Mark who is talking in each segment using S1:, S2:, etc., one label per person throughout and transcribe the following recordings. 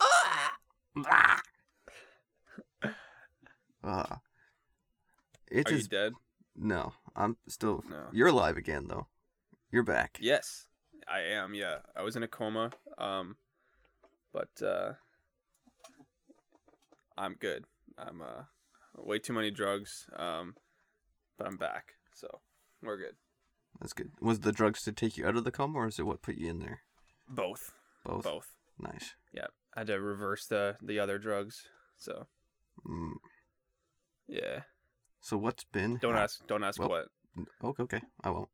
S1: Ah. Ah. It
S2: Are
S1: is
S2: you dead?
S1: no. I'm still.
S2: No.
S1: You're alive again though. You're back.
S2: Yes, I am. Yeah, I was in a coma. Um, but uh, I'm good. I'm uh, way too many drugs. Um, but I'm back, so we're good.
S1: That's good. Was the drugs to take you out of the coma, or is it what put you in there?
S2: Both,
S1: Both.
S2: both.
S1: Nice.
S2: I had to reverse the the other drugs. So
S1: Mm.
S2: yeah,
S1: So what's been?
S2: don't
S1: hap-
S2: ask. Don't ask
S1: Well-
S2: what.
S1: Okay, okay. I won't.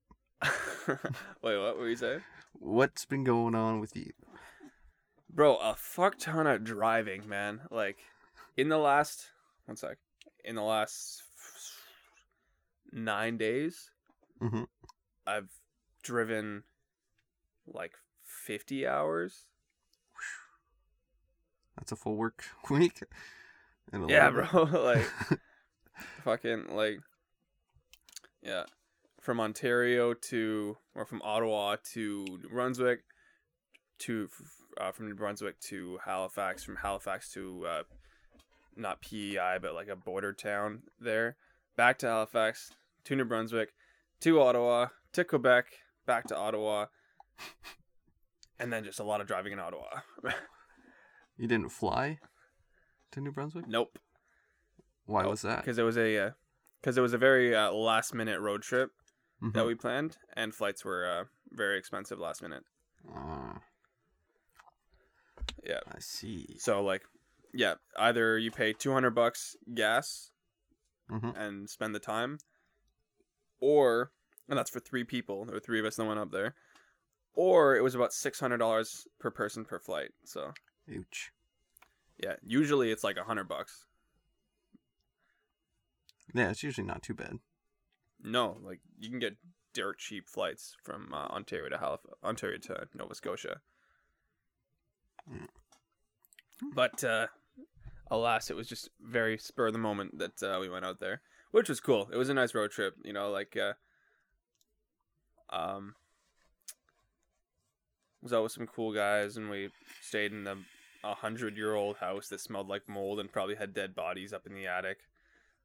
S2: Wait, what were you saying?
S1: What's been going on with you?
S2: Bro, a fuck ton of driving, man. Like, in the last one sec, in the last nine days,
S1: Mhm.
S2: I've driven like fifty hours.
S1: That's a full work week. And a
S2: Yeah,
S1: little
S2: bro. like,
S1: bit.
S2: fucking like, yeah, from Ontario to or from Ottawa to New Brunswick to uh, from New Brunswick to Halifax, from Halifax to uh, not PEI but like a border town there, back to Halifax to New Brunswick to Ottawa to Quebec, back to Ottawa, and then just a lot of driving in Ottawa.
S1: you didn't fly to New Brunswick.
S2: nope.
S1: Why was that?
S2: Because it was a because it was a very uh, last minute road trip.
S1: Mhm.
S2: that we planned, and flights were uh, very expensive last minute.
S1: Ah.
S2: Uh-huh. Yeah.
S1: I see.
S2: So like, yeah, either you pay two hundred bucks gas
S1: Mhm.
S2: and spend the time, or and that's for three people. There were three of us that went up there, or it was about six hundred dollars per person per flight. So
S1: Ouch.
S2: yeah, usually it's like a hundred bucks.
S1: Yeah, it's usually not too bad.
S2: No, like you can get dirt cheap flights from uh, Ontario to Halifax, Ontario to Nova Scotia.
S1: Mm.
S2: But uh, alas, it was just very spur of the moment that uh, we went out there, which was cool. It was a nice road trip, you know. Like, uh, um, was out with some cool guys, and we stayed in the a hundred year old house that smelled like mold and probably had dead bodies up in the attic.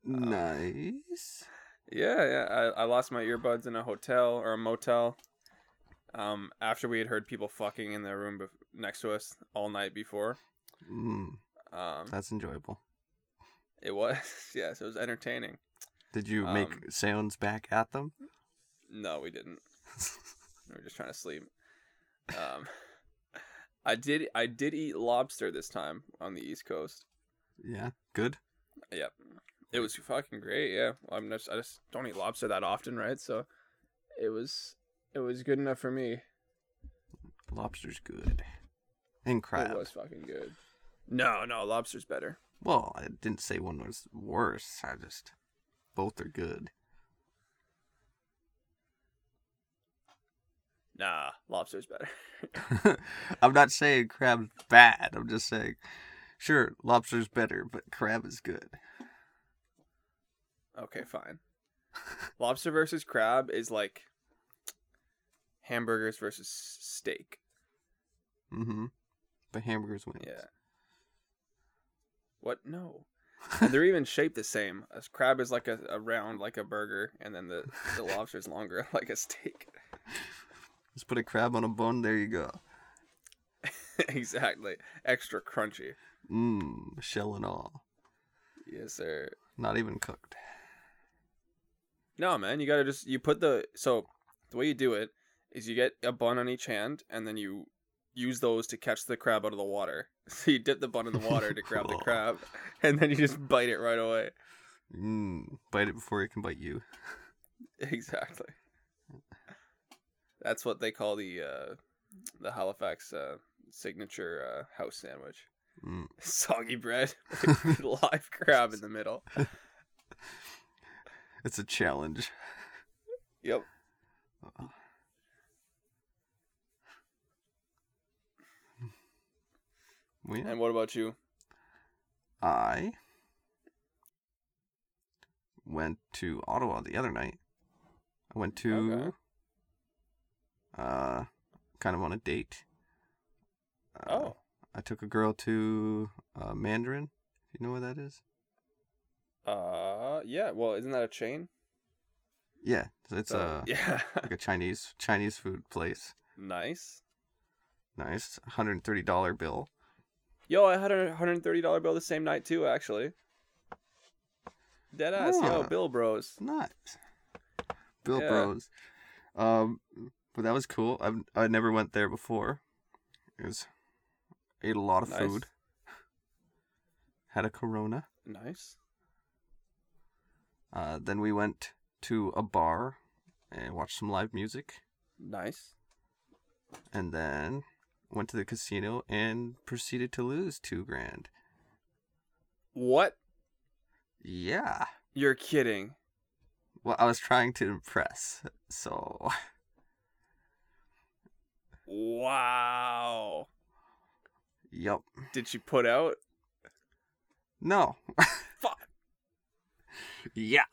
S2: Uh.
S1: nice.
S2: Yeah, yeah. I, I lost my earbuds in a hotel or a motel. Um, after we had heard people fucking in the room bef- next to us all night before.
S1: Mm,
S2: Um,
S1: that's enjoyable.
S2: it was yes, it was entertaining.
S1: Did you make
S2: Um,
S1: sounds back at them?
S2: No, we didn't. We were just trying to sleep. Um, I did. I did eat lobster this time on the East Coast.
S1: yeah. Good.
S2: Yep, it was fucking great. Yeah, I'm just, I just don't eat lobster that often, right? So, it was it was good enough for me.
S1: Lobster's good. And crab.
S2: It was fucking good. No, no, lobster's better.
S1: Well, I didn't say one was worse. I just both are good.
S2: Nah, lobster's better.
S1: I'm not saying crab's bad. I'm just saying, sure, lobster's better, but crab is good.
S2: Okay, fine. Lobster versus crab is like hamburgers versus steak.
S1: Mm-hmm. But hamburgers win.
S2: Yeah. What? No. And they're even shaped the same. A crab is like a, a round, like a burger, and then the, the lobster's longer, like a steak.
S1: Let's put a crab on a bun. There you go.
S2: exactly. Extra crunchy.
S1: Mmm, shell and all.
S2: Yes, sir.
S1: Not even cooked.
S2: No, man, you gotta just you put the so the way you do it is you get a bun on each hand and then you use those to catch the crab out of the water. So you dip the bun in the water to grab the crab, and then you just bite it right away.
S1: Mmm, bite it before it can bite you.
S2: Exactly. That's what they call the uh, the Halifax uh, signature uh, house sandwich.
S1: Mm.
S2: Soggy bread, with live crab in the middle.
S1: It's a challenge.
S2: Yep.
S1: Uh, Well, yeah.
S2: And what about you?
S1: I went to Ottawa the other night. I went to
S2: Okay.
S1: uh kind of on a date. Uh,
S2: Oh,
S1: I took a girl to uh, Mandarin. If you know what that is.
S2: Uh, yeah. Well, isn't that a chain?
S1: Yeah, it's
S2: So,
S1: uh,
S2: yeah.
S1: like a Chinese Chinese food place.
S2: nice.
S1: Nice, hundred and thirty dollar bill.
S2: Yo, I had a hundred thirty dollar bill the same night too. Actually. Dead ass, yo,
S1: Ah.
S2: bill bros.
S1: Nuts. Bill
S2: Yeah.
S1: Bros. Um, but that was cool. I've I never went there before. It was ate a lot of
S2: Nice.
S1: food. Had a Corona.
S2: Nice.
S1: Uh, then we went to a bar and watched some live music,
S2: Nice.
S1: and then went to the casino and proceeded to lose two grand.
S2: What?
S1: Yeah.
S2: You're kidding.
S1: Well, I was trying to impress, so
S2: Wow.
S1: yep.
S2: Did she put out?
S1: No.
S2: Fuck.
S1: Yeah.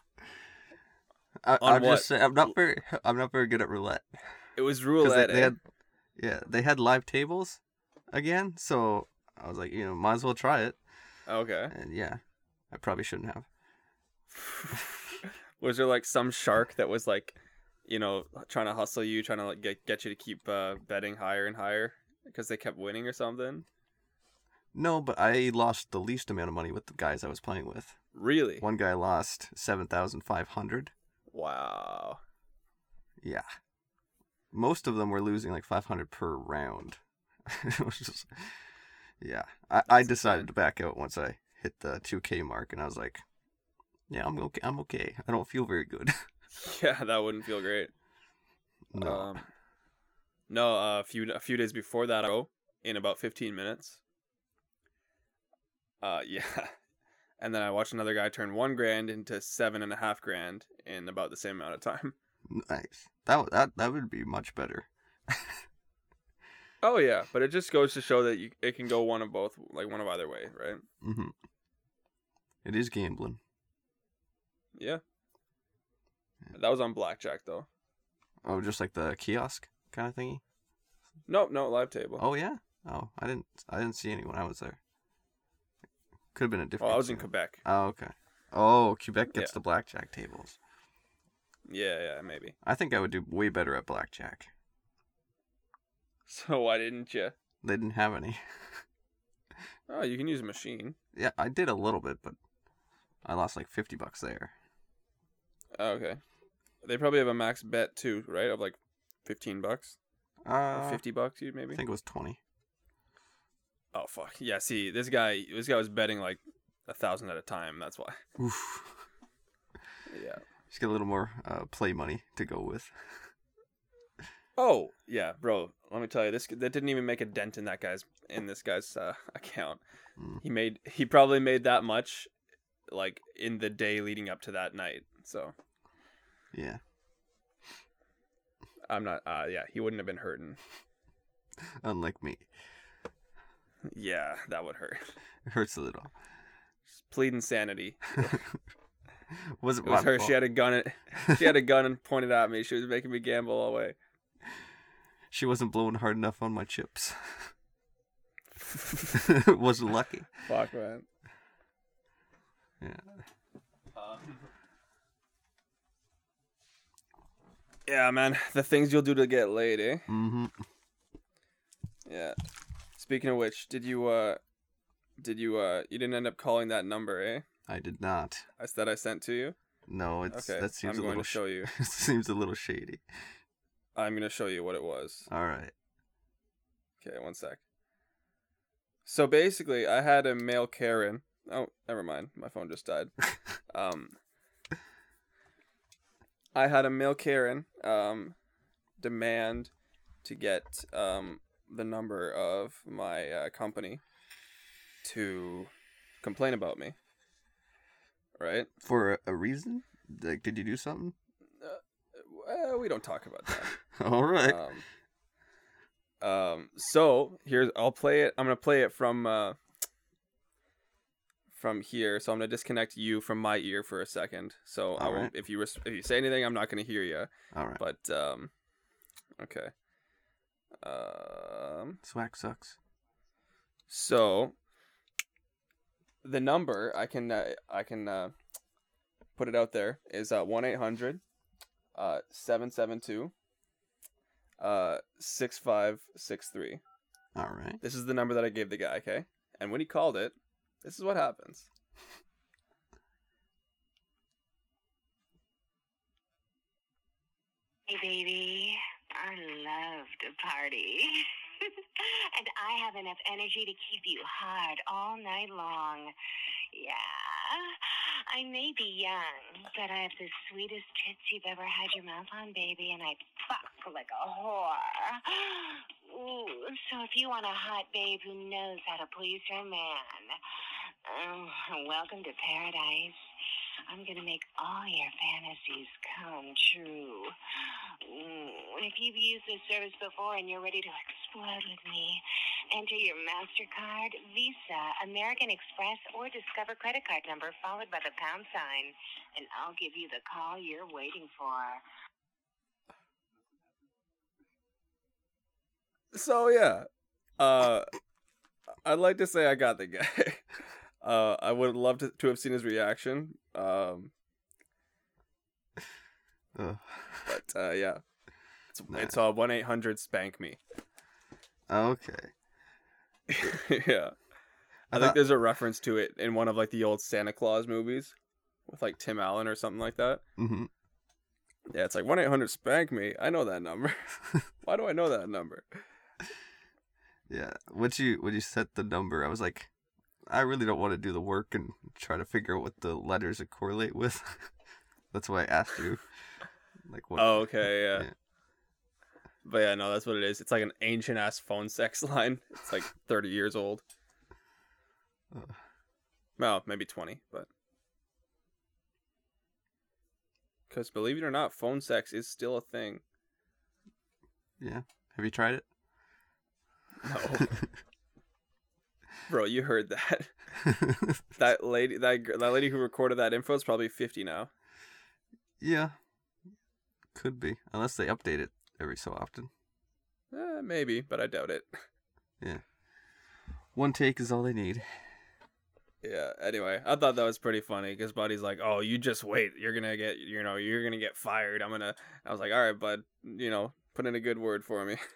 S1: I,
S2: On
S1: I'm
S2: what?
S1: just saying, I'm not very I'm not very good at roulette.
S2: It was
S1: 'Cause
S2: roulette.
S1: They,
S2: eh?
S1: they had, yeah, they had live tables again, so I was like, you know, might as well try it.
S2: Okay.
S1: And yeah, I probably shouldn't have.
S2: was there like some shark that was like, you know, trying to hustle you, trying to like get get you to keep uh, betting higher and higher because they kept winning or something?
S1: No, but I lost the least amount of money with the guys I was playing with.
S2: Really?
S1: One guy lost seven thousand five hundred.
S2: Wow.
S1: Yeah. Most of them were losing like 500 per round. it was just, yeah. I, I
S2: That's
S1: decided
S2: insane.
S1: to back out once I hit the 2K mark, and I was like, yeah, I'm okay. I'm okay. I don't feel very good.
S2: Yeah, that wouldn't feel great.
S1: no.
S2: Um, no, uh, a few a few days before that, oh, in about fifteen minutes. Uh, yeah, and then I watched another guy turn one grand into seven and a half grand in about the same amount of time.
S1: nice. That, would- that that would be much better.
S2: Oh yeah, but it just goes to show that you, it can go one of both, like one of either way, right?
S1: hmm It is gambling.
S2: Yeah. That was on blackjack though.
S1: Oh, just like the kiosk kind of thingy.
S2: Nope, no live table.
S1: Oh yeah. Oh, I didn't. I didn't see anyone. I was there. Could have been a different.
S2: well, I was in
S1: casino.
S2: Quebec.
S1: Oh okay. Oh, Quebec gets
S2: Yeah.
S1: the blackjack tables.
S2: Yeah, yeah, maybe.
S1: I think I would do way better at blackjack.
S2: So why didn't you?
S1: They didn't have any.
S2: Oh, you can use a machine.
S1: Yeah, I did a little bit, but I lost like 50 bucks there.
S2: Oh, okay. They probably have a max bet too, right? Of like fifteen bucks or
S1: Uh,
S2: fifty bucks, you maybe.
S1: I think it was 20.
S2: Oh fuck. Yeah. See, this guy, this guy was betting like a thousand at a time. That's why.
S1: Oof.
S2: Yeah.
S1: Just get a little more uh, play money to go with.
S2: Oh yeah, bro. Let me tell you, this that didn't even make a dent in that guy's in this guy's uh, account.
S1: Mm.
S2: He made he probably made that much, like in the day leading up to that night. So
S1: Yeah.
S2: I'm not. Uh, yeah, he wouldn't have been hurting.
S1: Unlike me.
S2: Yeah, that would hurt.
S1: It hurts a little.
S2: Just plead insanity.
S1: Was it,
S2: It was
S1: my
S2: her. She
S1: fault?
S2: had a gun. At, she had a gun and pointed at me. She was making me gamble all the way.
S1: She wasn't blowing hard enough on my chips. wasn't lucky.
S2: Fuck man.
S1: Yeah.
S2: Um, yeah, man. The things you'll do to get laid, eh?
S1: Mm-hmm.
S2: Yeah. Speaking of which, did you uh did you uh you didn't end up calling that number, eh?
S1: I did not.
S2: I that I sent to you.
S1: No, it's
S2: Okay.
S1: that seems
S2: I'm
S1: a
S2: going
S1: little
S2: to
S1: sh-
S2: show you.
S1: it seems a little shady.
S2: I'm going to show you what it was.
S1: All right.
S2: Okay, one sec. So basically, I had a male Karen. Oh, never mind. My phone just died. um, I had a male Karen um, demand to get um, the number of my uh, company to complain about me. Right?
S1: For a, a reason? Like did you do something?
S2: Well, we don't talk about that.
S1: All right.
S2: um, um so here's i'll play it i'm gonna play it from uh from here so i'm gonna disconnect you from my ear for a second so i
S1: All
S2: won't
S1: right.
S2: if you res- if you say anything i'm not gonna hear you
S1: All right.
S2: but um okay um
S1: Swack sucks.
S2: so the number I can uh, I can uh, put it out there is uh 1-800 uh 772 uh 6563.
S1: All right.
S2: This is the number that I gave the guy, okay? And when he called it, this is what happens.
S3: Hey, baby. I love to party. and I have enough energy to keep you hard all night long. Yeah. I may be young, but I have the sweetest tits you've ever had your mouth on, baby, and I fuck like a whore. Ooh, so if you want a hot babe who knows how to please her man, um, welcome to paradise. I'm gonna make all your fantasies come true. Mm, If you've used this service before and you're ready to explode with me, enter your MasterCard, Visa, American Express, or Discover credit card number followed by the pound sign, and I'll give you the call you're waiting for.
S2: So yeah, uh, I'd like to say I got the guy. Uh, I would love to, to have seen his reaction. Um,
S1: Ugh.
S2: but uh, yeah, it's
S1: Nah.
S2: it's uh one eight hundred spank me.
S1: Okay.
S2: yeah, I,
S1: I
S2: think
S1: thought-
S2: there's a reference to it in one of like the old Santa Claus movies with like Tim Allen or something like that.
S1: hmm
S2: Yeah, it's like one eight hundred spank me. I know that number. Why do I know that number?
S1: Yeah. Once you when you set the number, I was like, I really don't want to do the work and try to figure out what the letters it correlate with. That's why I asked you. Like what?
S2: Oh, okay, yeah.
S1: Yeah.
S2: But yeah, no, that's what it is. It's like an ancient ass phone sex line. It's like 30 years old.
S1: Ugh.
S2: Well, maybe 20, but. Because believe it or not, phone sex is still a thing.
S1: Have you tried it?
S2: No. Bro, you heard that. That lady that, gr- that lady who recorded that info is probably 50 now.
S1: yeah. Could be, unless they update it every so often.
S2: Eh, maybe, but I doubt it.
S1: One take is all they need.
S2: Yeah. Anyway, I thought that was pretty funny because Buddy's like, "Oh, you just wait. You're gonna get, you know, you're gonna get fired. I'm gonna." I was like, "All right, bud. You know, put in a good word for me."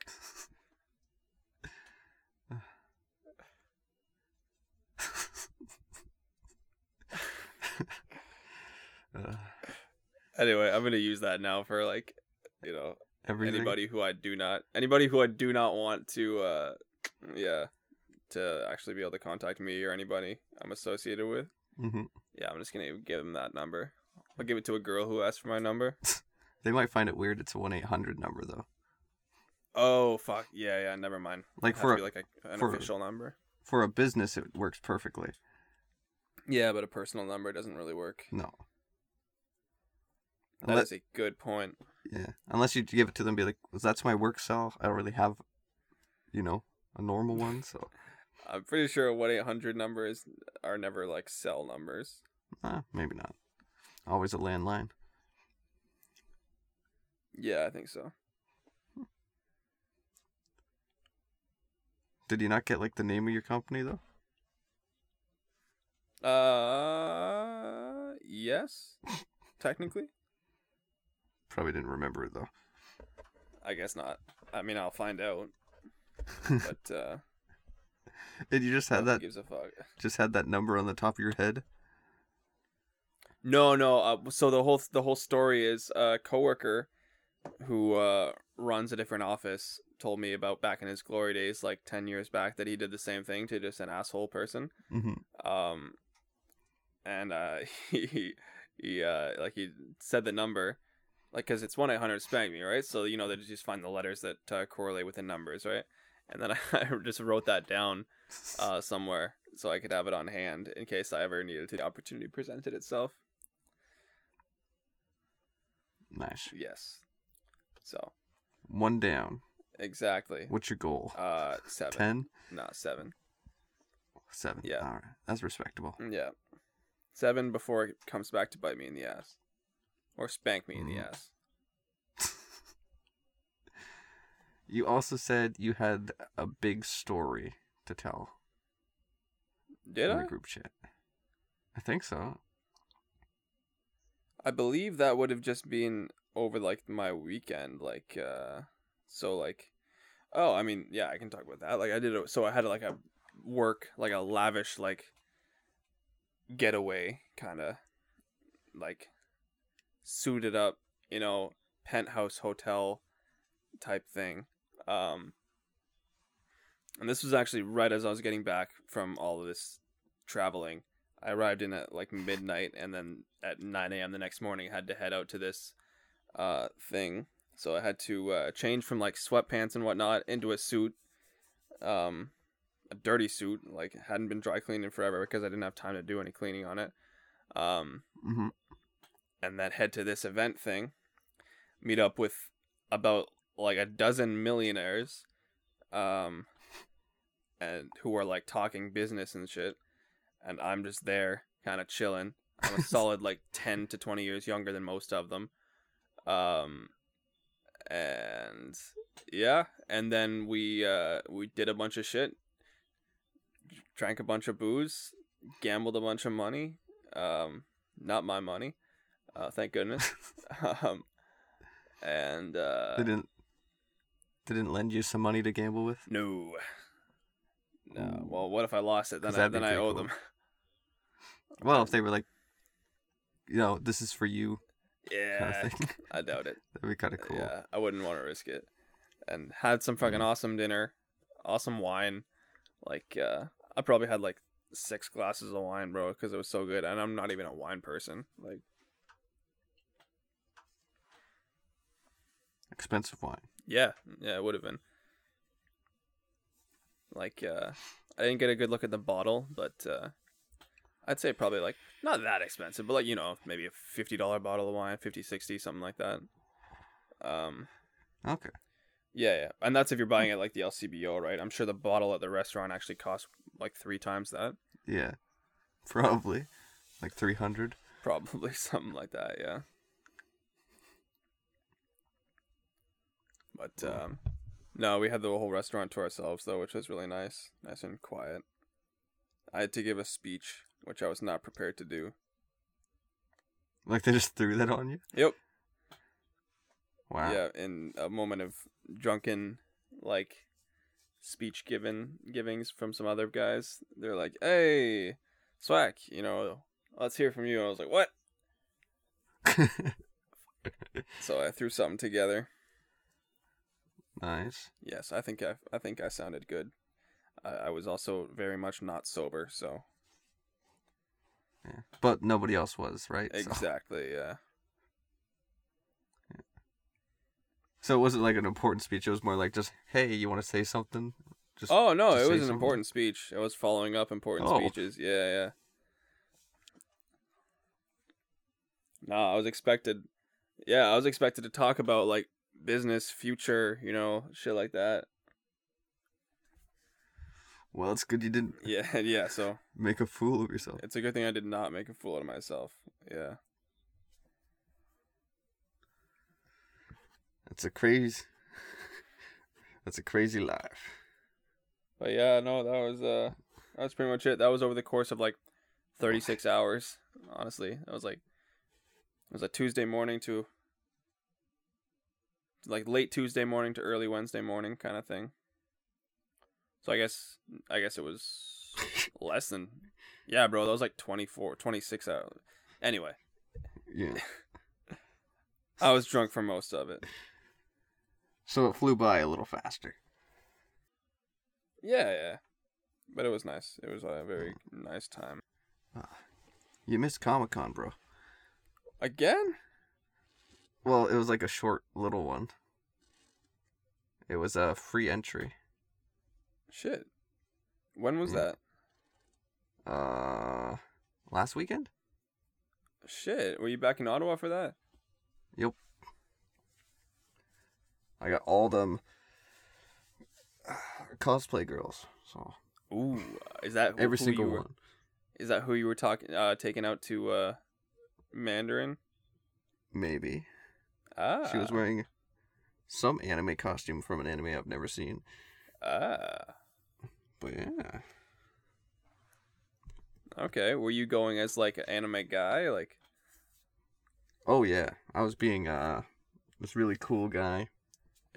S1: Uh,
S2: anyway, I'm gonna use that now for like, you know,
S1: everything.
S2: anybody who I do not, anybody who I do not want to, uh, yeah, to actually be able to contact me or anybody I'm associated with.
S1: hmm
S2: Yeah, I'm just gonna give them that number. I'll give it to a girl who asked for my number.
S1: They might find it weird. It's a one eight hundred number though.
S2: Oh fuck. Yeah, yeah. Never mind.
S1: Like
S2: It has
S1: for
S2: to
S1: a-
S2: be like a, an
S1: for-
S2: official number.
S1: for a business, it works perfectly.
S2: Yeah, but a personal number doesn't really work.
S1: No.
S2: That
S1: Unless,
S2: is a good point.
S1: yeah. Unless you give it to them, and be like, "That's my work cell. I don't really have, you know, a normal one." So
S2: I'm pretty sure what 800 numbers are never like cell numbers.
S1: uh, maybe not. Always a landline.
S2: Yeah, I think so.
S1: Did you not get like the name of your company though?
S2: Uh, yes, technically.
S1: Probably didn't remember it though.
S2: I guess not. I mean, I'll find out. But uh,
S1: And you just had
S2: who
S1: that
S2: gives a fuck.
S1: just had that number on the top of your head.
S2: No, no. Uh, so the whole the whole story is a coworker who uh, runs a different office told me about back in his glory days, like ten years back, that he did the same thing to just an asshole person.
S1: hmm
S2: um and uh he he uh like he said the number like because it's 1-800 spank me right so you know they just find the letters that uh, correlate with the numbers right and then I, just wrote that down uh somewhere so i could have it on hand in case i ever needed to the opportunity presented itself
S1: Nice.
S2: yes so
S1: One down.
S2: exactly
S1: What's your goal?
S2: uh seven
S1: Ten.
S2: no seven
S1: Seven.
S2: Yeah.
S1: All right. That's respectable.
S2: yeah seven before it comes back to bite me in the ass or spank me in the
S1: Mm.
S2: ass
S1: You also said you had a big story to tell
S2: did
S1: in
S2: i
S1: the group chat. I think so.
S2: I believe that would have just been over like my weekend, like uh so like oh, I mean, yeah, I can talk about that. Like I did a, so I had like a work like a lavish like getaway kind of like suited up, you know, penthouse hotel type thing. Um and this was actually right as I was getting back from all of this traveling. I arrived in at like midnight, and then at 9 a.m. the next morning, I had to head out to this uh, thing. So I had to uh, change from like sweatpants and whatnot into a suit, um, a dirty suit. Like hadn't been dry cleaning forever because I didn't have time to do any cleaning on it. Um,
S1: Mm-hmm.
S2: and then head to this event thing, meet up with about like a dozen millionaires, um, and who are like talking business and shit, and I'm just there, kind of chilling. I'm a solid like ten to twenty years younger than most of them, um, and yeah, and then we uh we did a bunch of shit, drank a bunch of booze, gambled a bunch of money, um, not my money, uh, thank goodness. um, and uh,
S1: They didn't. They didn't lend you some money to gamble with.
S2: no, no.
S1: Ooh.
S2: Well, what if I lost it? Then
S1: 'Cause
S2: I,
S1: that'd be
S2: then I
S1: pretty
S2: owe
S1: cool.
S2: them.
S1: Well, if they were like, you know, this is for you kind
S2: yeah,
S1: of thing,
S2: I doubt it.
S1: that'd be kind of cool.
S2: Yeah, I wouldn't want to risk it. And had some fucking awesome dinner, awesome wine. Like uh, I probably had like six glasses of wine, bro, because it was so good. And I'm not even a wine person. Like
S1: Expensive wine.
S2: Yeah, yeah, it would have been. Like, uh, I didn't get a good look at the bottle, but uh, I'd say probably like not that expensive, but like you know maybe a fifty dollar bottle of wine, 50, 60, something like that. Um,
S1: Okay.
S2: yeah, yeah, and that's if you're buying it like the LCBO, right? I'm sure the bottle at the restaurant actually costs like three times that,
S1: Yeah. Probably, like three hundred.
S2: probably something like that. Yeah. But um, no, we had the whole restaurant to ourselves though, which was really nice, nice and quiet. I had to give a speech, which I was not prepared to do.
S1: Like they just threw that on you.
S2: Yep.
S1: Wow.
S2: Yeah, in a moment of drunken, like, speech given givings from some other guys, they're like, "Hey, Swack, you know, let's hear from you." I was like, "What?" So I threw something together.
S1: nice.
S2: Yes, I think I, I think I sounded good. I, I was also very much not sober, so
S1: Yeah. But nobody else was right. So-
S2: exactly. Yeah,
S1: So it wasn't like an important speech. It was more like just, hey, you want to say something? Just
S2: Oh no,
S1: just
S2: it
S1: say
S2: was an
S1: something.
S2: important speech. It was following up important
S1: Oh.
S2: speeches. Yeah, yeah. Nah, I was expected. Yeah, I was expected to talk about like business, future, you know, shit like that.
S1: Well, it's good you didn't
S2: Yeah, yeah. So
S1: make a fool of yourself.
S2: it's a good thing I did not make a fool out of myself. Yeah.
S1: That's a crazy. That's a crazy life.
S2: But yeah, no, that was uh that was pretty much it. That was over the course of like thirty six hours, honestly. That was like it was a Tuesday morning to like late Tuesday morning to early Wednesday morning kind of thing. So I guess I guess it was less than yeah, bro, that was like 24, 26 hours. Anyway,
S1: Yeah.
S2: I was drunk for most of it.
S1: So it flew by a little faster.
S2: Yeah, yeah. But it was nice. It was a very nice time.
S1: You missed Comic Con, bro.
S2: Again?
S1: Well, it was like a short little one. It was a free entry.
S2: Shit. When was
S1: Yeah.
S2: that?
S1: Uh, last weekend.
S2: Shit, were you back in Ottawa for that?
S1: I got all them uh, cosplay girls. So
S2: Ooh, uh, is that who-
S1: every
S2: who
S1: single
S2: you were-
S1: one.
S2: Is that who you were talking uh taking out to uh Mandarin?
S1: Maybe
S2: Ah.
S1: she was wearing some anime costume from an anime I've never seen.
S2: Ah.
S1: But yeah,
S2: Okay, were you going as like an anime guy like
S1: Oh yeah, I was being uh this really cool guy.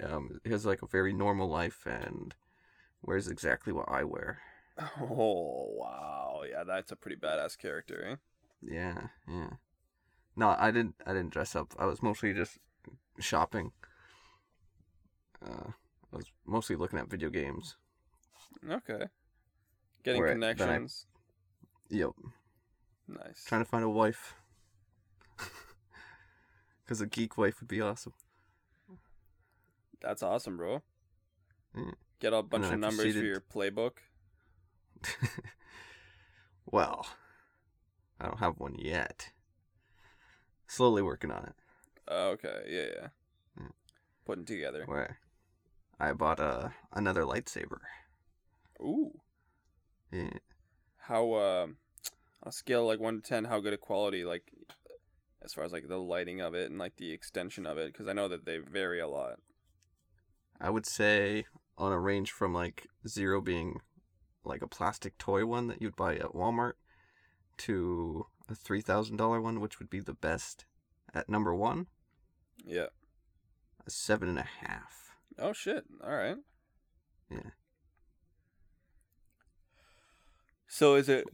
S1: Um, he has like a very normal life and wears exactly what I wear.
S2: Oh wow, yeah, that's a pretty badass character, eh?
S1: Yeah, yeah. No, I didn't. I didn't dress up. I was mostly just shopping. Uh, I was mostly looking at video games.
S2: Okay. Getting
S1: Or that I-
S2: connections.
S1: Yep,
S2: Nice.
S1: trying to find a wife. Cause a geek wife would be awesome.
S2: That's awesome, bro.
S1: Mm.
S2: Get a bunch
S1: then
S2: of
S1: I
S2: numbers for
S1: proceeded-
S2: your playbook.
S1: Well, I don't have one yet. Slowly working on it.
S2: Oh, okay, yeah, yeah.
S1: Mm.
S2: Putting together.
S1: Where I bought uh, another lightsaber.
S2: Ooh.
S1: Yeah.
S2: How um on a scale of, like one to ten, how good a quality like as far as like the lighting of it and like the extension of it, because I know that they vary a lot.
S1: I would say on a range from like zero being like a plastic toy one that you'd buy at Walmart to a three thousand dollar one, which would be the best. At number one,
S2: Yeah.
S1: a seven and a half.
S2: Oh shit. All right.
S1: Yeah.
S2: So is it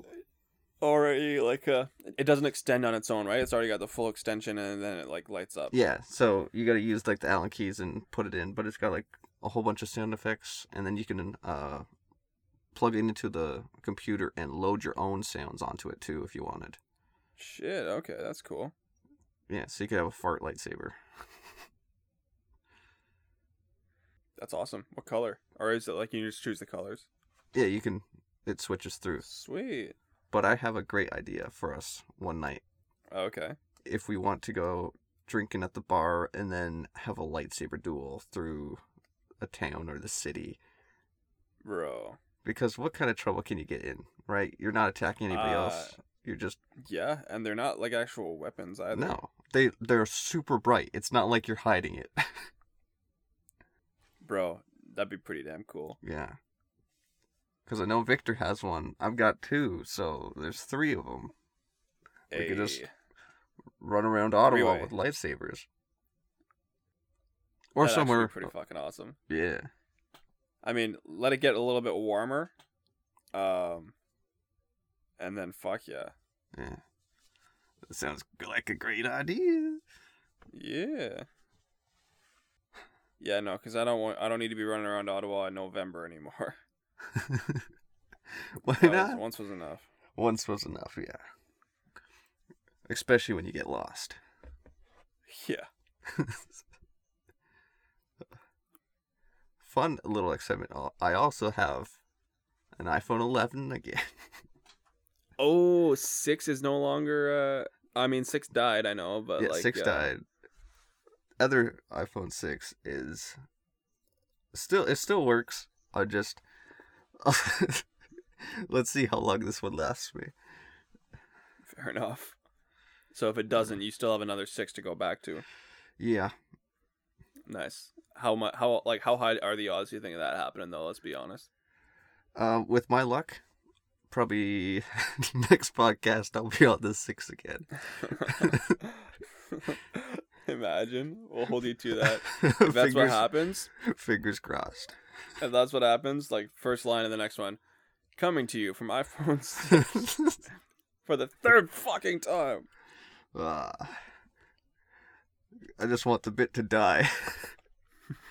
S2: already like a? It doesn't extend on its own, right? It's already got the full extension, and then it like lights up.
S1: Yeah, so you gotta use like the Allen keys and put it in, but it's got like a whole bunch of sound effects, and then you can uh, plug it into the computer and load your own sounds onto it too if you wanted.
S2: Shit. Okay, that's cool.
S1: Yeah, so you could have a fart lightsaber.
S2: That's awesome. What color? Or is it like you just choose the colors?
S1: Yeah, you can. It switches through.
S2: Sweet.
S1: But I have a great idea for us one night
S2: Okay.
S1: if we want to go drinking at the bar and then have a lightsaber duel through a town or the city.
S2: Bro.
S1: Because what kind of trouble can you get in, right? You're not attacking anybody
S2: Uh,
S1: else. You're just
S2: Yeah, and they're not like actual weapons either.
S1: no. They they're super bright. It's not like you're hiding it.
S2: Bro, that'd be pretty damn cool.
S1: yeah. Because I know Victor has one. I've got two, so there's three of them. We could just-
S2: Ayy.
S1: Run around Ottawa
S2: Freeway.
S1: with lightsabers. Or
S2: That'd actually be
S1: somewhere.
S2: pretty fucking awesome.
S1: Yeah.
S2: I mean, let it get a little bit warmer. Um and then fuck yeah.
S1: Yeah. That sounds like a great idea.
S2: Yeah. Yeah, no, cuz I don't want I don't need to be running around Ottawa in November anymore.
S1: Why
S2: That was-
S1: not?
S2: once was enough.
S1: Once was enough, yeah. Especially when you get lost.
S2: Yeah.
S1: Fun little excitement. Al- I also have an iPhone 11 again.
S2: Oh, six is no longer. Uh, I mean, six died. I know, but
S1: yeah,
S2: like
S1: six
S2: uh,
S1: died. Other iPhone six is still it still works. I just let's see how long this one lasts me.
S2: Fair enough. So if it doesn't, you still have another six to go back to.
S1: Yeah,
S2: Nice. How much? How like how high are the odds you think of that happening though? Let's be honest.
S1: uh, with my luck, probably next podcast I'll be on the six again.
S2: Imagine we'll hold you to that. If
S1: fingers,
S2: that's what happens,
S1: fingers crossed.
S2: if that's what happens, like first line of the next one, coming to you from iPhones for the third fucking time.
S1: Ah. I just want the bit to die,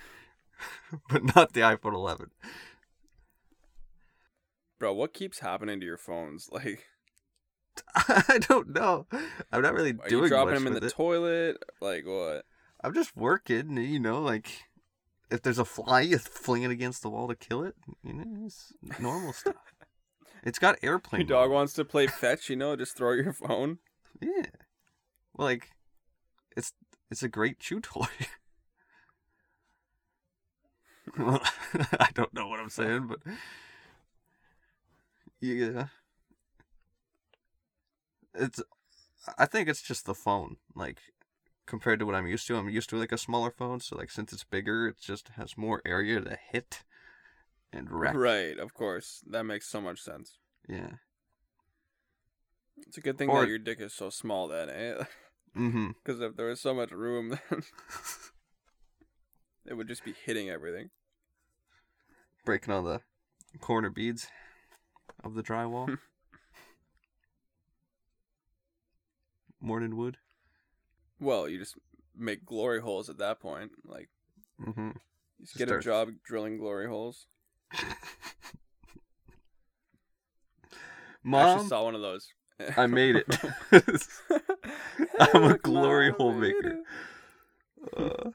S1: but not the iPhone 11.
S2: Bro, what keeps happening to your phones? Like,
S1: I don't know. I'm not really
S2: are
S1: doing
S2: you dropping
S1: much
S2: them in
S1: with
S2: the
S1: it.
S2: toilet? Like, what?
S1: I'm just working, you know, like if there's a fly, you fling it against the wall to kill it. You know, it's normal stuff. It's got airplane.
S2: Your dog
S1: mode.
S2: wants to play fetch, you know, just throw your phone.
S1: Yeah. Well, like it's it's a great chew toy. well, I don't know what I'm saying, but yeah. It's I think it's just the phone, like compared to what I'm used to. I'm used to like a smaller phone, so like since it's bigger, it just has more area to hit and wreck.
S2: Right, of course. That makes so much sense.
S1: Yeah.
S2: It's a good thing
S1: Or-
S2: that your dick is so small then, eh?
S1: Mm-hmm.
S2: Because if there was so much room, then it would just be hitting everything.
S1: Breaking all the corner beads of the drywall. Morning wood.
S2: Well, you just make glory holes at that point. Like,
S1: Mm-hmm.
S2: you just
S1: Just
S2: get
S1: start-
S2: a job drilling glory holes. I actually
S1: Mom,
S2: saw one of those.
S1: I made it. I'm a glory hole maker. Uh,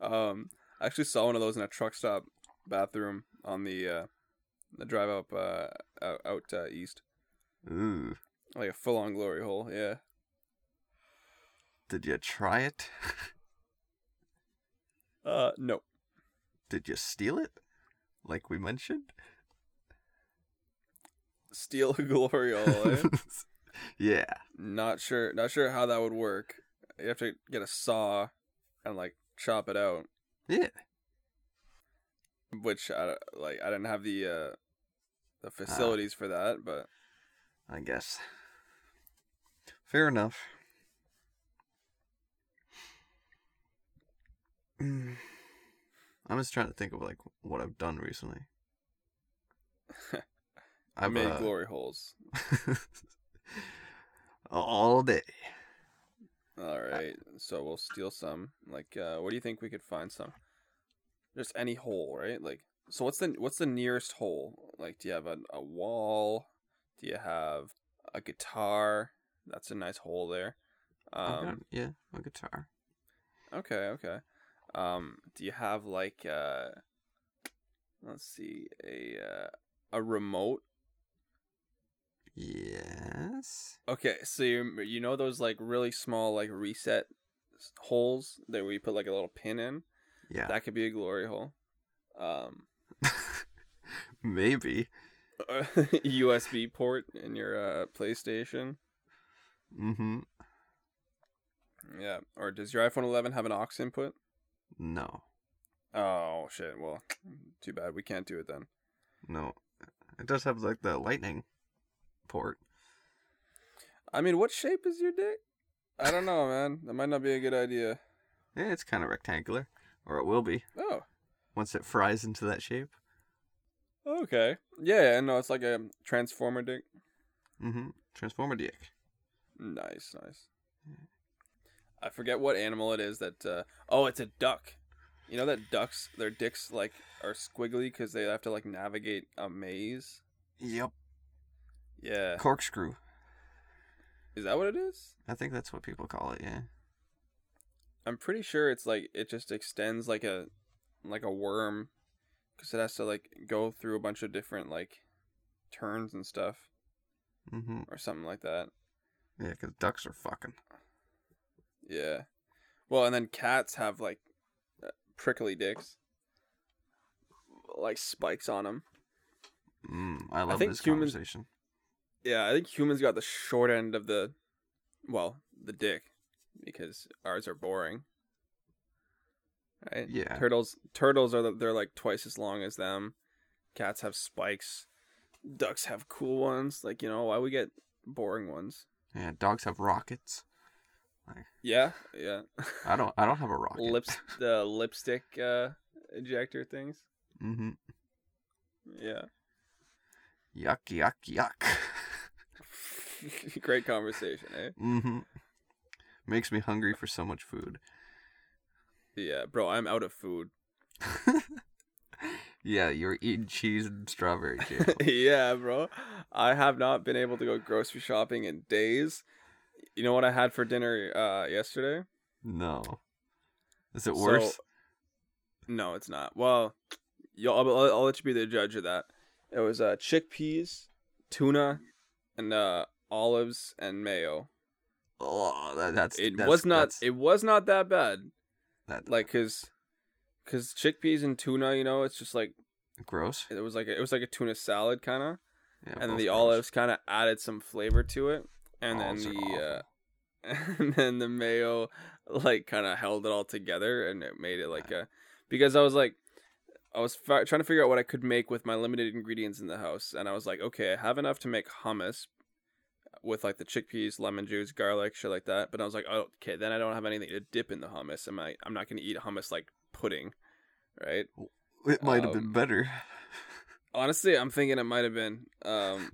S2: Um, I actually saw one of those in a truck stop bathroom on the uh, the drive up uh, out, out uh, east,
S1: ooh.
S2: like a full on glory hole. Yeah,
S1: Did you try it?
S2: uh, no,
S1: Did you steal it? Like we mentioned?
S2: steel glory hole. eh?
S1: yeah.
S2: not sure, not sure how that would work. You have to get a saw and like chop it out,
S1: Yeah.
S2: which I don't- like. I didn't have the uh,
S1: Ah.
S2: the facilities for that, but
S1: I guess. Fair enough. Mm. I'm just trying to think of like what I've done recently.
S2: I
S1: I've
S2: made
S1: uh,
S2: glory holes.
S1: all day.
S2: All right, so we'll steal some. Like, uh, what do you think we could find some? Just any hole, right? Like, so what's the what's the nearest hole? Like, do you have a, a wall? Do you have a guitar? That's a nice hole there.
S1: I've
S2: Um,
S1: got- yeah, a guitar.
S2: okay, okay. Um, do you have like uh, let's see, a uh, a remote?
S1: Yes.
S2: Okay, so you, you know those like really small like reset s- holes that where you put like a little pin in.
S1: Yeah.
S2: That could be a glory hole. Um,
S1: Maybe.
S2: USB port in your uh, PlayStation.
S1: Mm-hmm.
S2: Yeah. Or does your iPhone 11 have an aux input?
S1: No.
S2: Oh shit. Well, too bad we can't do it then.
S1: No. It does have like the lightning port.
S2: I mean, what shape is your dick? I don't know, man. That might not be a good idea.
S1: Yeah, Eh, it's kind of rectangular. Or it will be.
S2: Oh.
S1: once it fries into that shape.
S2: Okay. Yeah, I know. It's like a transformer dick.
S1: Mm-hmm. Transformer dick.
S2: Nice, nice. I forget what animal it is that. Uh, oh, it's a duck. You know that ducks, their dicks like are squiggly because they have to like navigate a maze.
S1: Yep.
S2: Yeah,
S1: Uh, Corkscrew.
S2: is that what it is?
S1: I think that's what people call it. Yeah.
S2: I'm pretty sure it's like it just extends like a like a worm because it has to like go through a bunch of different like turns and stuff
S1: Mm-hmm.
S2: or something like that.
S1: Yeah, because ducks are fucking.
S2: Yeah. Well, and then cats have like uh, prickly dicks, like spikes on them.
S1: Mm, I love
S2: think
S1: this
S2: humans-
S1: conversation.
S2: Yeah, I think humans got the short end of the, well, the dick, because ours are boring. Right?
S1: Yeah.
S2: Turtles. Turtles are the, they're like twice as long as them. Cats have spikes. Ducks have cool ones. Like you know why we get boring ones.
S1: Yeah, dogs have rockets.
S2: Yeah. Yeah.
S1: I don't. I don't have a rocket.
S2: Lips the lipstick uh, ejector things.
S1: Mm-hmm.
S2: Yeah.
S1: Yuck! Yuck! Yuck!
S2: Great conversation, eh?
S1: mm-hmm. Makes me hungry for so much food.
S2: Yeah, bro. I'm out of food.
S1: Yeah, you're eating cheese and strawberry jam.
S2: yeah, bro. I have not been able to go grocery shopping in days. You know what I had for dinner uh, yesterday?
S1: no. Is it
S2: So-
S1: worse?
S2: No, it's not. Well, you I'll, I'll, I'll let you be the judge of that. It was uh, chickpeas, tuna, and uh, olives and mayo.
S1: oh, that, that's
S2: It
S1: that's-
S2: was not.
S1: that's-
S2: It was not that bad.
S1: that,
S2: Like, cause, cause chickpeas and tuna. You know, it's just like
S1: gross.
S2: it was like a, it was like a tuna salad kind of.
S1: Yeah,
S2: and then
S1: both
S2: the
S1: gross.
S2: olives kind of added some flavor to it and
S1: Olives are
S2: then the uh, and then the mayo like kind of held it all together and it made it like a because i was like i was fi- trying to figure out what i could make with my limited ingredients in the house and i was like okay i have enough to make hummus with like the chickpeas, lemon juice, garlic, shit like that. But I was like, oh, okay, then I don't have anything to dip in the hummus. Am I? I'm not gonna eat hummus like pudding, right?
S1: It might have
S2: Um,
S1: been better.
S2: Honestly, I'm thinking it might have been. Um,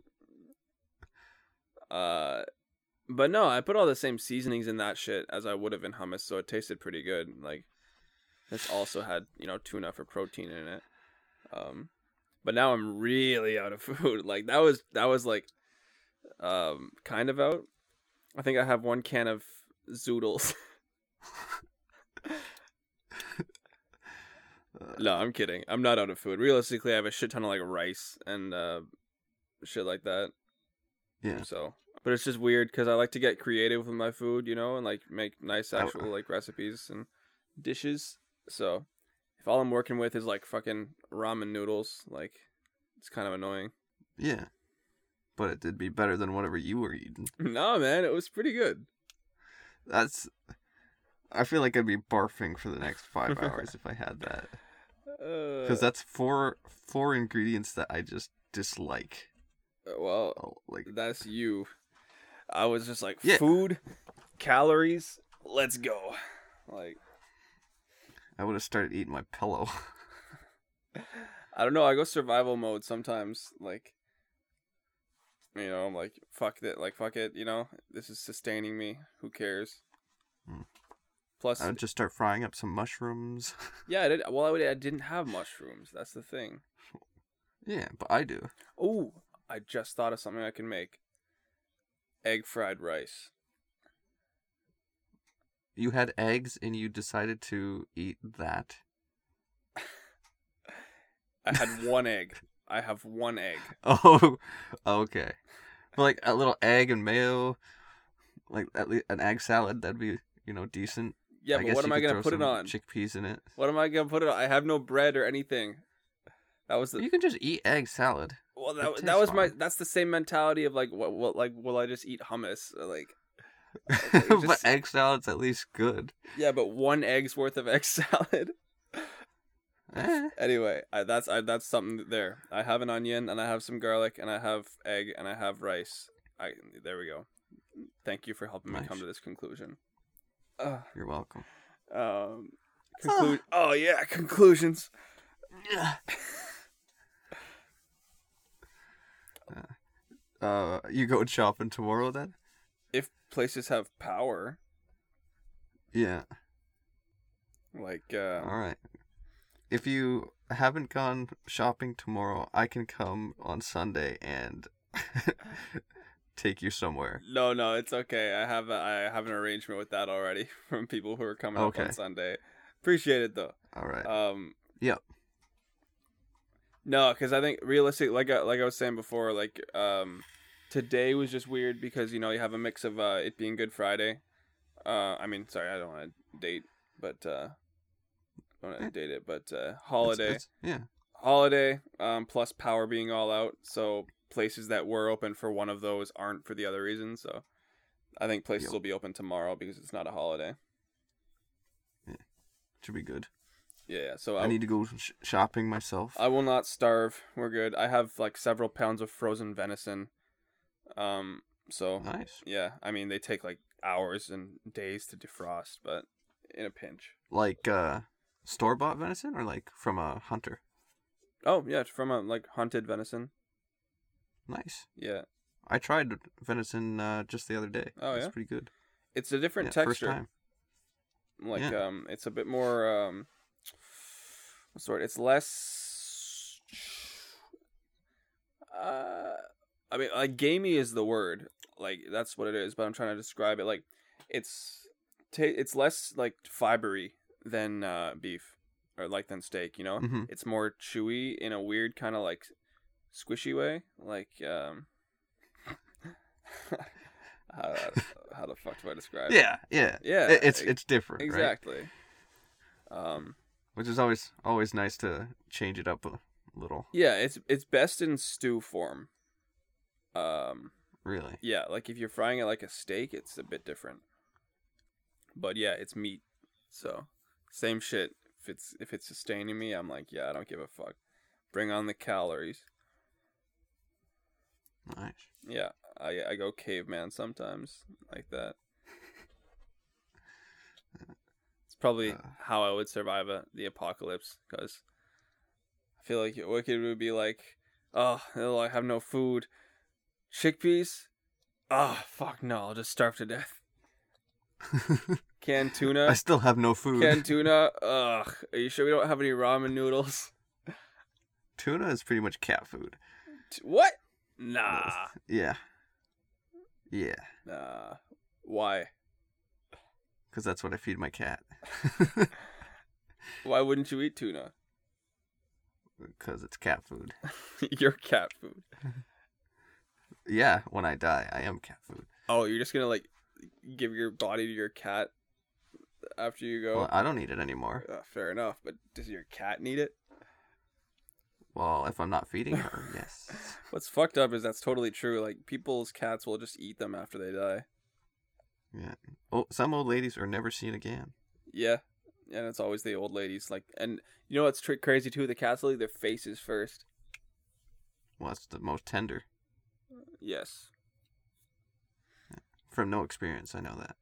S2: uh, but no, I put all the same seasonings in that shit as I would have in hummus, so it tasted pretty good. Like, this also had you know tuna for protein in it. Um, but now I'm really out of food. Like that was that was like, um, kind of out. I think I have one can of zoodles. No, I'm kidding. I'm not out of food. Realistically, I have a shit ton of like rice and uh, shit like that.
S1: Yeah.
S2: So, but it's just weird because I like to get creative with my food, you know, and like make nice
S1: I-
S2: actual like recipes and dishes. So, if all I'm working with is like fucking ramen noodles, like it's kind of annoying.
S1: Yeah. But it did be better than whatever you were eating.
S2: no, man, it was pretty good.
S1: That's. I feel like I'd be barfing for the next five hours if I had that, because
S2: Uh,
S1: that's four four ingredients that I just dislike.
S2: well,
S1: Oh, like
S2: that's you. I was just like
S1: Yeah.
S2: food, calories. Let's go. Like.
S1: I would have started eating my pillow.
S2: I don't know. I go survival mode sometimes. Like, you know, I'm like, fuck that. Like, fuck it. You know, this is sustaining me. Who cares?
S1: Hmm.
S2: Plus,
S1: I would just start frying up some mushrooms.
S2: yeah, I did. Well, I, would, I didn't have mushrooms. That's the thing.
S1: yeah, but I do.
S2: Oh, I just thought of something I can make. Egg fried rice.
S1: You had eggs and you decided to eat that.
S2: I had one egg. I have one egg.
S1: Oh, okay. But like a little egg and mayo, like at least an egg salad. That'd be you know decent.
S2: Yeah, but what
S1: you
S2: am I
S1: could
S2: gonna
S1: throw
S2: put it
S1: some
S2: on?
S1: Chickpeas in it.
S2: what am I gonna put it on? I have no bread or anything. That was the
S1: You can just eat egg salad.
S2: Well,
S1: It
S2: that, that
S1: tastes
S2: was my.
S1: fine.
S2: That's the same mentality of like, what, what, like, will I just eat hummus? Or, Like, uh,
S1: but
S2: just-
S1: egg salad's at least good.
S2: yeah, but one egg's worth of egg salad.
S1: Eh,
S2: anyway, I, that's I, that's something there. I have an onion and I have some garlic and I have egg and I have rice. I there we go. Thank you for helping me
S1: Nice.
S2: come to this conclusion. Uh,
S1: you're welcome.
S2: um, conclu-
S1: Ah.
S2: oh yeah, conclusions.
S1: Uh, you go shopping tomorrow then?
S2: If places have power,
S1: Yeah.
S2: like uh,
S1: All right. If you haven't gone shopping tomorrow, I can come on Sunday and take you somewhere.
S2: No, no, it's okay. I have a, I have an arrangement with that already from people who are coming up
S1: Okay. Uh,
S2: on Sunday. Appreciate it though.
S1: All right.
S2: Um.
S1: Yep.
S2: No, because I think realistic, like I, like I was saying before, like um, today was just weird because you know you have a mix of uh, it being Good Friday. Uh, I mean, sorry, I don't want to date, but uh, I don't
S1: Eh.
S2: want to date it, but uh,
S1: It's-
S2: holiday
S1: it's- yeah.
S2: holiday um, plus power being all out so places that were open for one of those aren't for the other reason so i think places
S1: Yep.
S2: will be open tomorrow because it's not a holiday
S1: Should be good.
S2: yeah yeah, so
S1: I
S2: I,
S1: need to go sh- shopping myself.
S2: I will not starve we're good i have like several pounds of frozen venison um so
S1: nice.
S2: yeah i mean they take like hours and days to defrost but in a pinch
S1: Like uh, store bought venison or like from a hunter?
S2: oh yeah it's from a like hunted venison
S1: Nice.
S2: yeah
S1: I tried venison uh, just the other day.
S2: Oh,
S1: it's
S2: yeah?
S1: pretty good.
S2: it's a different
S1: Yeah, First
S2: texture
S1: time.
S2: like
S1: Yeah.
S2: um it's a bit more um what's the word it's less uh i mean like gamey is the word like that's what it is but i'm trying to describe it like it's ta- it's less like fibery than uh beef or like than steak you know
S1: hmm
S2: it's more chewy in a weird kind of like squishy way like um how, how the fuck do i describe it
S1: Yeah, yeah.
S2: Uh, yeah
S1: It- it's
S2: e-
S1: it's different, right?
S2: Exactly. Um,
S1: Which is always always nice to change it up a little.
S2: yeah, it's it's best in stew form. Um,
S1: Really.
S2: yeah, like if you're frying it like a steak, it's a bit different. But yeah, it's meat, so same shit. If it's if it's sustaining me, I'm like, yeah, I don't give a fuck. Bring on the calories.
S1: Nice.
S2: Yeah. I I go caveman sometimes like that. It's probably
S1: Uh.
S2: how I would survive a, the apocalypse because I feel like Wicked would be like, oh, hell, I have no food, chickpeas. Ah, fuck no, I'll just starve to death. Canned tuna.
S1: I still have no food.
S2: Canned tuna. Ugh. Are you sure we don't have any ramen noodles?
S1: Tuna is pretty much cat food.
S2: T- What? Nah.
S1: Yeah. Yeah.
S2: Nah. Why?
S1: Because that's what I feed my cat.
S2: Why wouldn't you eat tuna?
S1: Because it's cat food.
S2: you're cat food.
S1: Yeah, when I die, I am cat food.
S2: Oh, you're just gonna like give your body to your cat after you go.
S1: Well, I don't need it anymore.
S2: Uh, fair enough, but does your cat need it?
S1: Well, if I'm not feeding her, yes.
S2: What's fucked up is that's totally true. Like people's cats will just eat them after they die.
S1: Oh, some old ladies are never seen again.
S2: Yeah, and it's always the old ladies. Like, and you know what's tr- crazy too? The cats will eat their faces first.
S1: Well, that's the most tender.
S2: Yes.
S1: From no experience, I know that.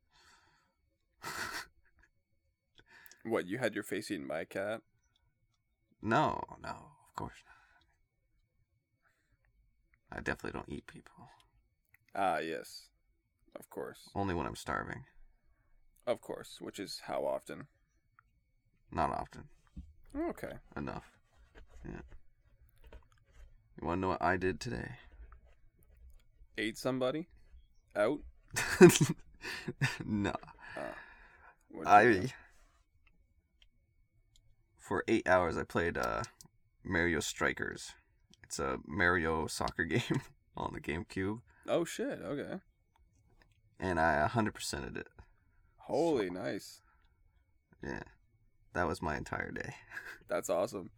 S2: What you had your face eaten by a cat?
S1: No, no, of course not. I definitely don't eat people.
S2: Ah, yes. Of course.
S1: Only when I'm starving.
S2: Of course, which is how often.
S1: Not often.
S2: Okay.
S1: Enough. Yeah. You want to know what I did today?
S2: Ate somebody? Out?
S1: no.
S2: Ah. What'd you do?
S1: I. For eight hours, I played uh, Mario Strikers. It's a Mario soccer game on the GameCube,
S2: Oh shit, okay.
S1: and I 100%ed it.
S2: Holy nice.
S1: Yeah. That was my entire day.
S2: That's awesome.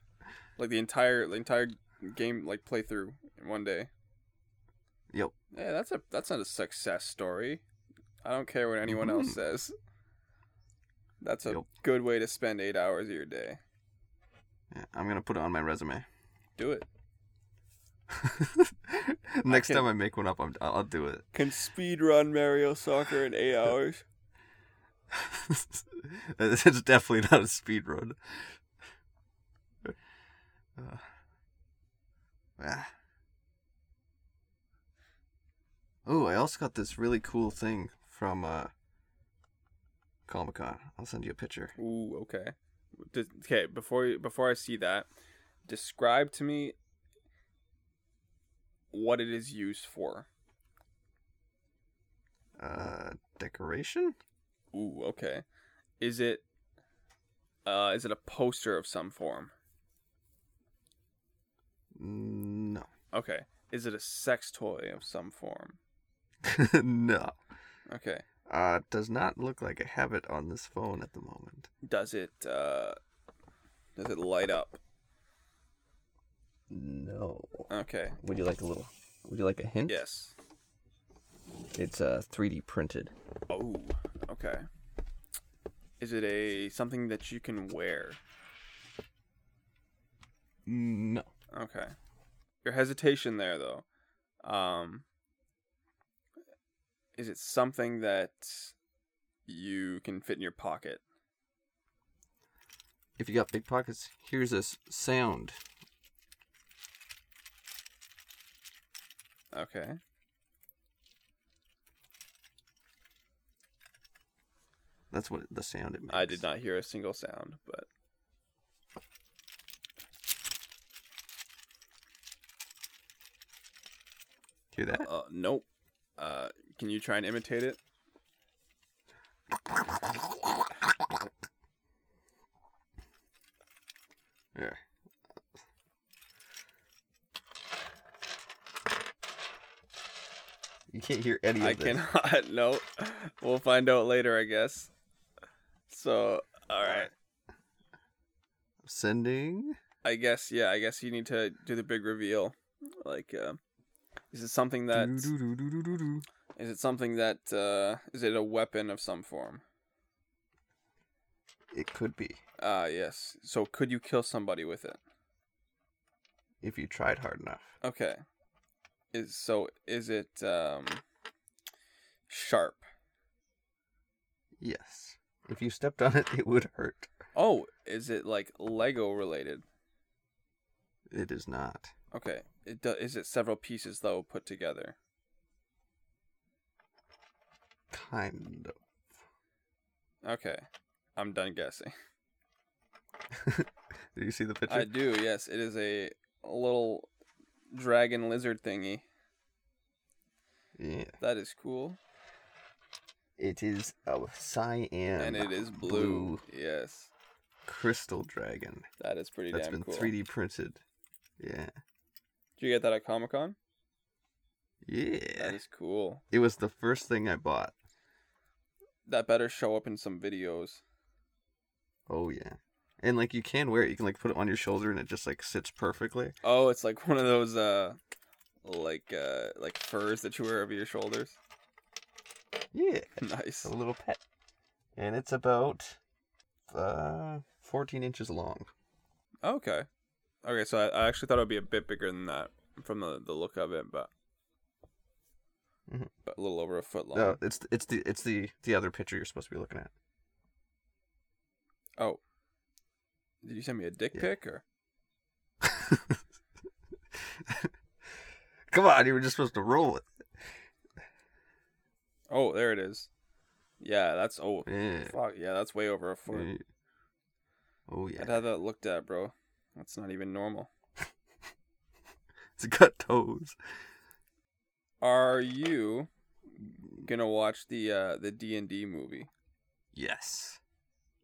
S2: Like the entire the entire game like playthrough in one day.
S1: Yep.
S2: Yeah, that's a that's not a success story. I don't care what anyone else
S1: Mhm.
S2: says. That's a
S1: Yep.
S2: good way to spend eight hours of your day.
S1: Yeah, I'm going to put it on my resume.
S2: Do it.
S1: Next
S2: can-
S1: time I make one up, I'm, I'll I'll do it.
S2: Can speed run Mario Soccer in eight hours.
S1: it's definitely not a speed run. Uh, ah. Oh, I also got this really cool thing from uh, Comic Con. I'll send you a picture.
S2: Ooh, okay. Does, okay, before you- before I see that, describe to me what it is used for.
S1: Uh, decoration?
S2: Ooh, okay. Is it uh is it a poster of some form?
S1: No,
S2: Okay. Is it a sex toy of some form?
S1: no.
S2: Okay.
S1: Uh, does not look like I have it on this phone at the moment.
S2: Does it uh does it light up?
S1: No.
S2: Okay.
S1: Would you like a little? Would you like a hint?
S2: Yes.
S1: It's uh 3D printed.
S2: Oh, okay. Is it a something that you can wear?
S1: No.
S2: Okay. Your hesitation there though. Um is it something that you can fit in your pocket?
S1: If you got big pockets, here's this sound.
S2: Okay.
S1: That's what the sound it makes.
S2: I did not hear a single sound, but
S1: hear that.
S2: uh, nope. Uh, can you try and imitate it?
S1: Yeah. You can't hear any of
S2: I
S1: this.
S2: cannot. No, we'll find out later, I guess. So, all right.
S1: Sending.
S2: I guess yeah. I guess you need to do the big reveal. Like, uh, is it something that
S1: Doo-doo-doo-doo-doo-doo.
S2: is it something that uh, is it a weapon of some form?
S1: It could be
S2: Ah, yes. So, could you kill somebody with it?
S1: if you tried hard enough.
S2: Okay. is so is it um sharp?
S1: Yes. If you stepped on it, it would hurt.
S2: Oh, is it like Lego related?
S1: It is not.
S2: Okay. It do, is it several pieces though put together?
S1: Kind of.
S2: Okay. I'm done guessing.
S1: Do you see the picture?
S2: I do. Yes, it is a little dragon lizard thingy.
S1: Yeah.
S2: That is cool.
S1: It is a cyan.
S2: And it is blue. Yes.
S1: crystal dragon
S2: That is pretty
S1: that's
S2: damn
S1: been
S2: cool.
S1: 3D printed. Yeah.
S2: Did you get that at Comic Con?
S1: Yeah.
S2: That is cool.
S1: It was the first thing I bought.
S2: That better show up in some videos.
S1: Oh yeah. And like you can wear it. You can like put it on your shoulder and it just like sits perfectly.
S2: Oh, it's like one of those uh like uh like furs that you wear over your shoulders.
S1: Yeah.
S2: Nice.
S1: a little pet. And it's about uh 14 inches long.
S2: Okay. Okay, so I, I actually thought it would be a bit bigger than that from the, the look of it, but
S1: Mhm.
S2: but a little over a foot long.
S1: No, it's it's the it's the the other picture you're supposed to be looking at.
S2: Oh. Did you send me a dick
S1: Yeah.
S2: pic or?
S1: Come on, you were just supposed to roll it.
S2: Oh, there it is. Yeah, that's oh
S1: Yeah.
S2: fuck yeah, that's way over a foot.
S1: Yeah. Oh
S2: I'd
S1: yeah.
S2: have that looked at, bro. That's not even normal.
S1: It's got toes.
S2: Are you gonna watch the uh the D and D movie?
S1: Yes.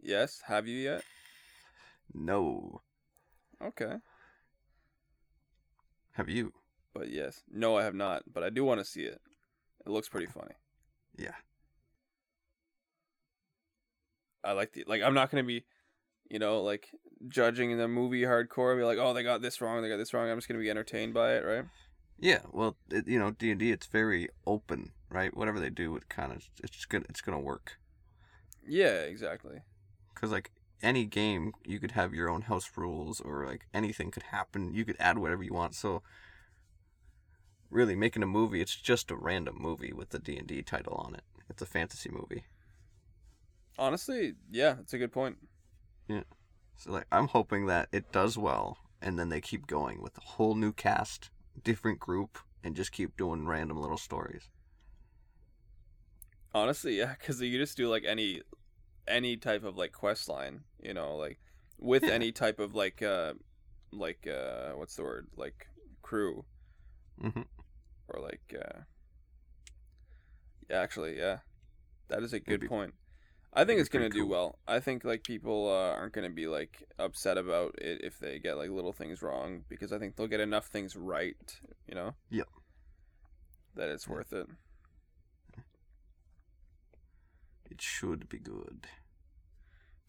S2: Yes. Have you yet?
S1: No.
S2: Okay.
S1: Have you?
S2: But yes. No, I have not. But I do want to see it. It looks pretty funny.
S1: Yeah.
S2: I like the like. I'm not gonna be, you know, like judging the movie hardcore. Be like, oh, they got this wrong. They got this wrong. I'm just gonna be entertained by it, right?
S1: Yeah, well, it, you know, D and D, it's very open, right? Whatever they do, it kind of it's just gonna it's gonna work
S2: Yeah, exactly.
S1: because like any game, you could have your own house rules or like anything could happen. You could add whatever you want. So really, making a movie, it's just a random movie with the D and D title on it. It's a fantasy movie.
S2: Honestly, yeah, that's a good point.
S1: So like, I'm hoping that it does well, and then they keep going with a whole new cast, different group, and just keep doing random little stories.
S2: Honestly, yeah, because you just do like any, any type of like quest line, you know, like with
S1: Yeah.
S2: any type of like, uh, like uh, what's the word, like crew
S1: hmm
S2: or like, uh, yeah, actually, yeah, that is a good
S1: be-
S2: point. I think
S1: it'd
S2: it's
S1: be
S2: gonna
S1: pretty
S2: do
S1: cool.
S2: well. I think like people uh, aren't gonna be like upset about it if they get like little things wrong because I think they'll get enough things right, you know.
S1: Yep.
S2: That it's worth it.
S1: It should be good.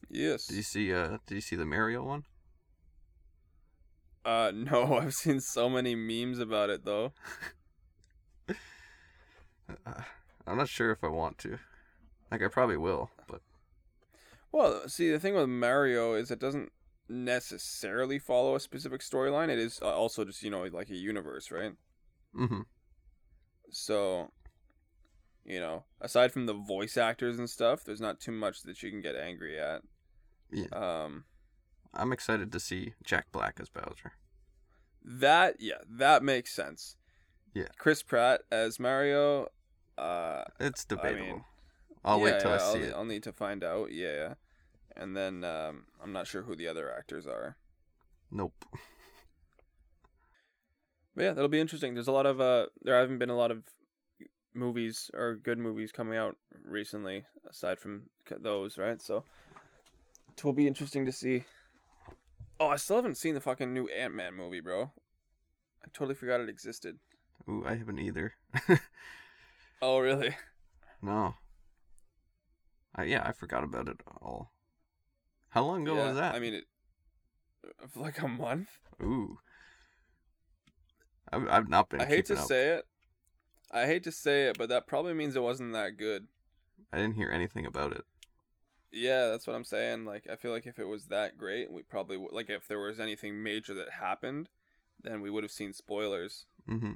S2: Yes.
S1: Did you see? Uh, did you see the Mario one?
S2: Uh, no, I've seen so many memes about it though.
S1: Uh, I'm not sure if I want to. Like, I probably will, but
S2: Well, see, the thing with Mario is it doesn't necessarily follow a specific storyline. It is uh, also just you know like a universe, right?
S1: hmm
S2: So, you know, aside from the voice actors and stuff, there's not too much that you can get angry at.
S1: Yeah.
S2: Um,
S1: I'm excited to see Jack Black as Bowser.
S2: that yeah, that makes sense.
S1: Yeah.
S2: Chris Pratt as Mario. Uh,
S1: It's debatable. I
S2: mean,
S1: will
S2: yeah,
S1: wait till I
S2: yeah,
S1: see
S2: I'll,
S1: it.
S2: I'll need to find out. Yeah, yeah. And then um, I'm not sure who the other actors are.
S1: Nope.
S2: But yeah, that'll be interesting. There's a lot of uh, there haven't been a lot of movies or good movies coming out recently, aside from c- those, right? So it will be interesting to see. Oh, I still haven't seen the fucking new Ant Man movie, bro. I totally forgot it existed.
S1: Ooh, I haven't either.
S2: Oh, really?
S1: no. I, yeah, I forgot about it all. How long ago
S2: yeah,
S1: was that?
S2: I mean, it for like a month.
S1: ooh. I've, I've not been.
S2: I hate to
S1: keeping up.
S2: say it. I hate to say it, but that probably means it wasn't that good.
S1: I didn't hear anything about it.
S2: Yeah, that's what I'm saying. Like, I feel like if it was that great, we probably w- like if there was anything major that happened, then we would have seen spoilers.
S1: hmm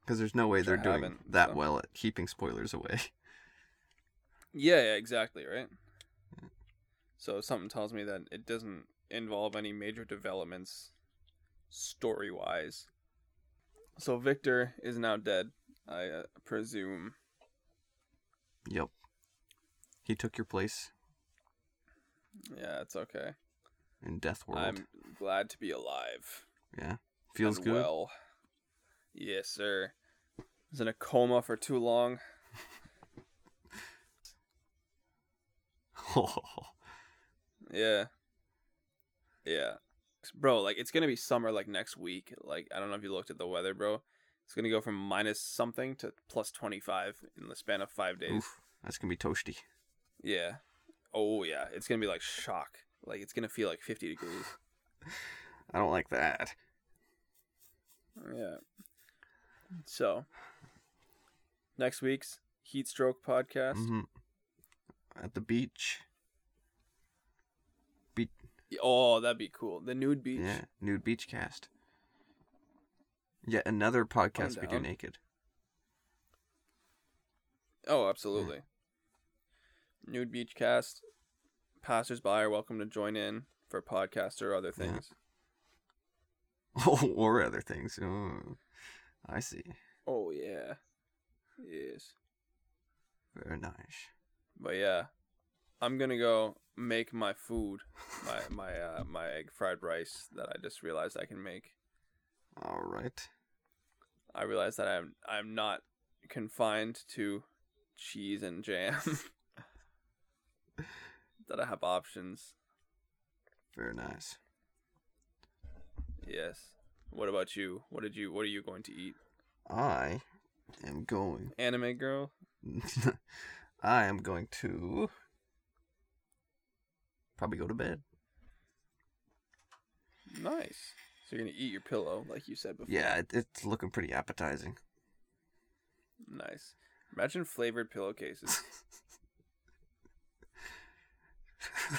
S1: because there's no way
S2: Which I
S1: they're doing
S2: haven't,
S1: that
S2: so.
S1: well at keeping spoilers away.
S2: Yeah, yeah, exactly, right? So something tells me that it doesn't involve any major developments story wise. So Victor is now dead, I uh, presume.
S1: Yep. He took your place
S2: Yeah, it's okay.
S1: in Death World.
S2: I'm glad to be alive.
S1: Yeah. Feels
S2: and
S1: good.
S2: Well, yes, sir. I was in a coma for too long. Yeah. Yeah. Bro, like it's gonna be summer like next week. Like I don't know if you looked at the weather, bro. It's gonna go from minus something to plus twenty five in the span of five days.
S1: Oof. That's gonna be toasty.
S2: Yeah. Oh yeah. It's gonna be like shock. Like it's gonna feel like fifty degrees.
S1: I don't like that.
S2: Yeah. So next week's heat stroke podcast.
S1: Mhm. At the beach.
S2: Oh, that'd be cool. The nude beach.
S1: Yeah. Nude beach cast. Yet another podcast we do
S2: down.
S1: naked.
S2: Oh, absolutely. Nude Beach Cast. Passersby are welcome to join in for podcasts or other
S1: Yeah.
S2: things.
S1: or other things. Oh, I see.
S2: Oh yeah. Yes.
S1: Very nice.
S2: But yeah. I'm gonna go make my food. My my uh my egg fried rice that I just realized I can make.
S1: All right.
S2: I realized that I'm I'm not confined to cheese and jam. that I have options.
S1: Very nice.
S2: Yes. What about you? What did you what are you going to eat?
S1: I am going.
S2: Anime girl?
S1: I am going to probably go to bed.
S2: Nice. So you're gonna eat your pillow, like you said before.
S1: Yeah, it, it's looking pretty appetizing.
S2: Nice. Imagine flavored pillowcases.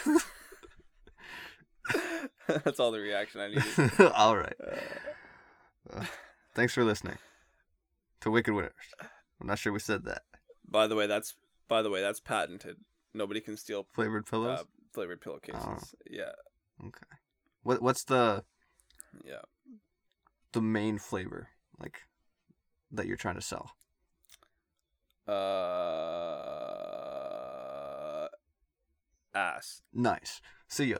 S2: That's all the reaction I needed.
S1: All right.
S2: Uh,
S1: Uh, thanks for listening to Wicked Winners. I'm not sure we said that.
S2: by the way, that's by the way, that's patented. Nobody can steal
S1: Flavored pillows. Oh.
S2: uh, flavored pillowcases. Yeah,
S1: okay. What what's the
S2: yeah.
S1: the main flavor like that you're trying to sell?
S2: Uh, ass.
S1: Nice. See ya.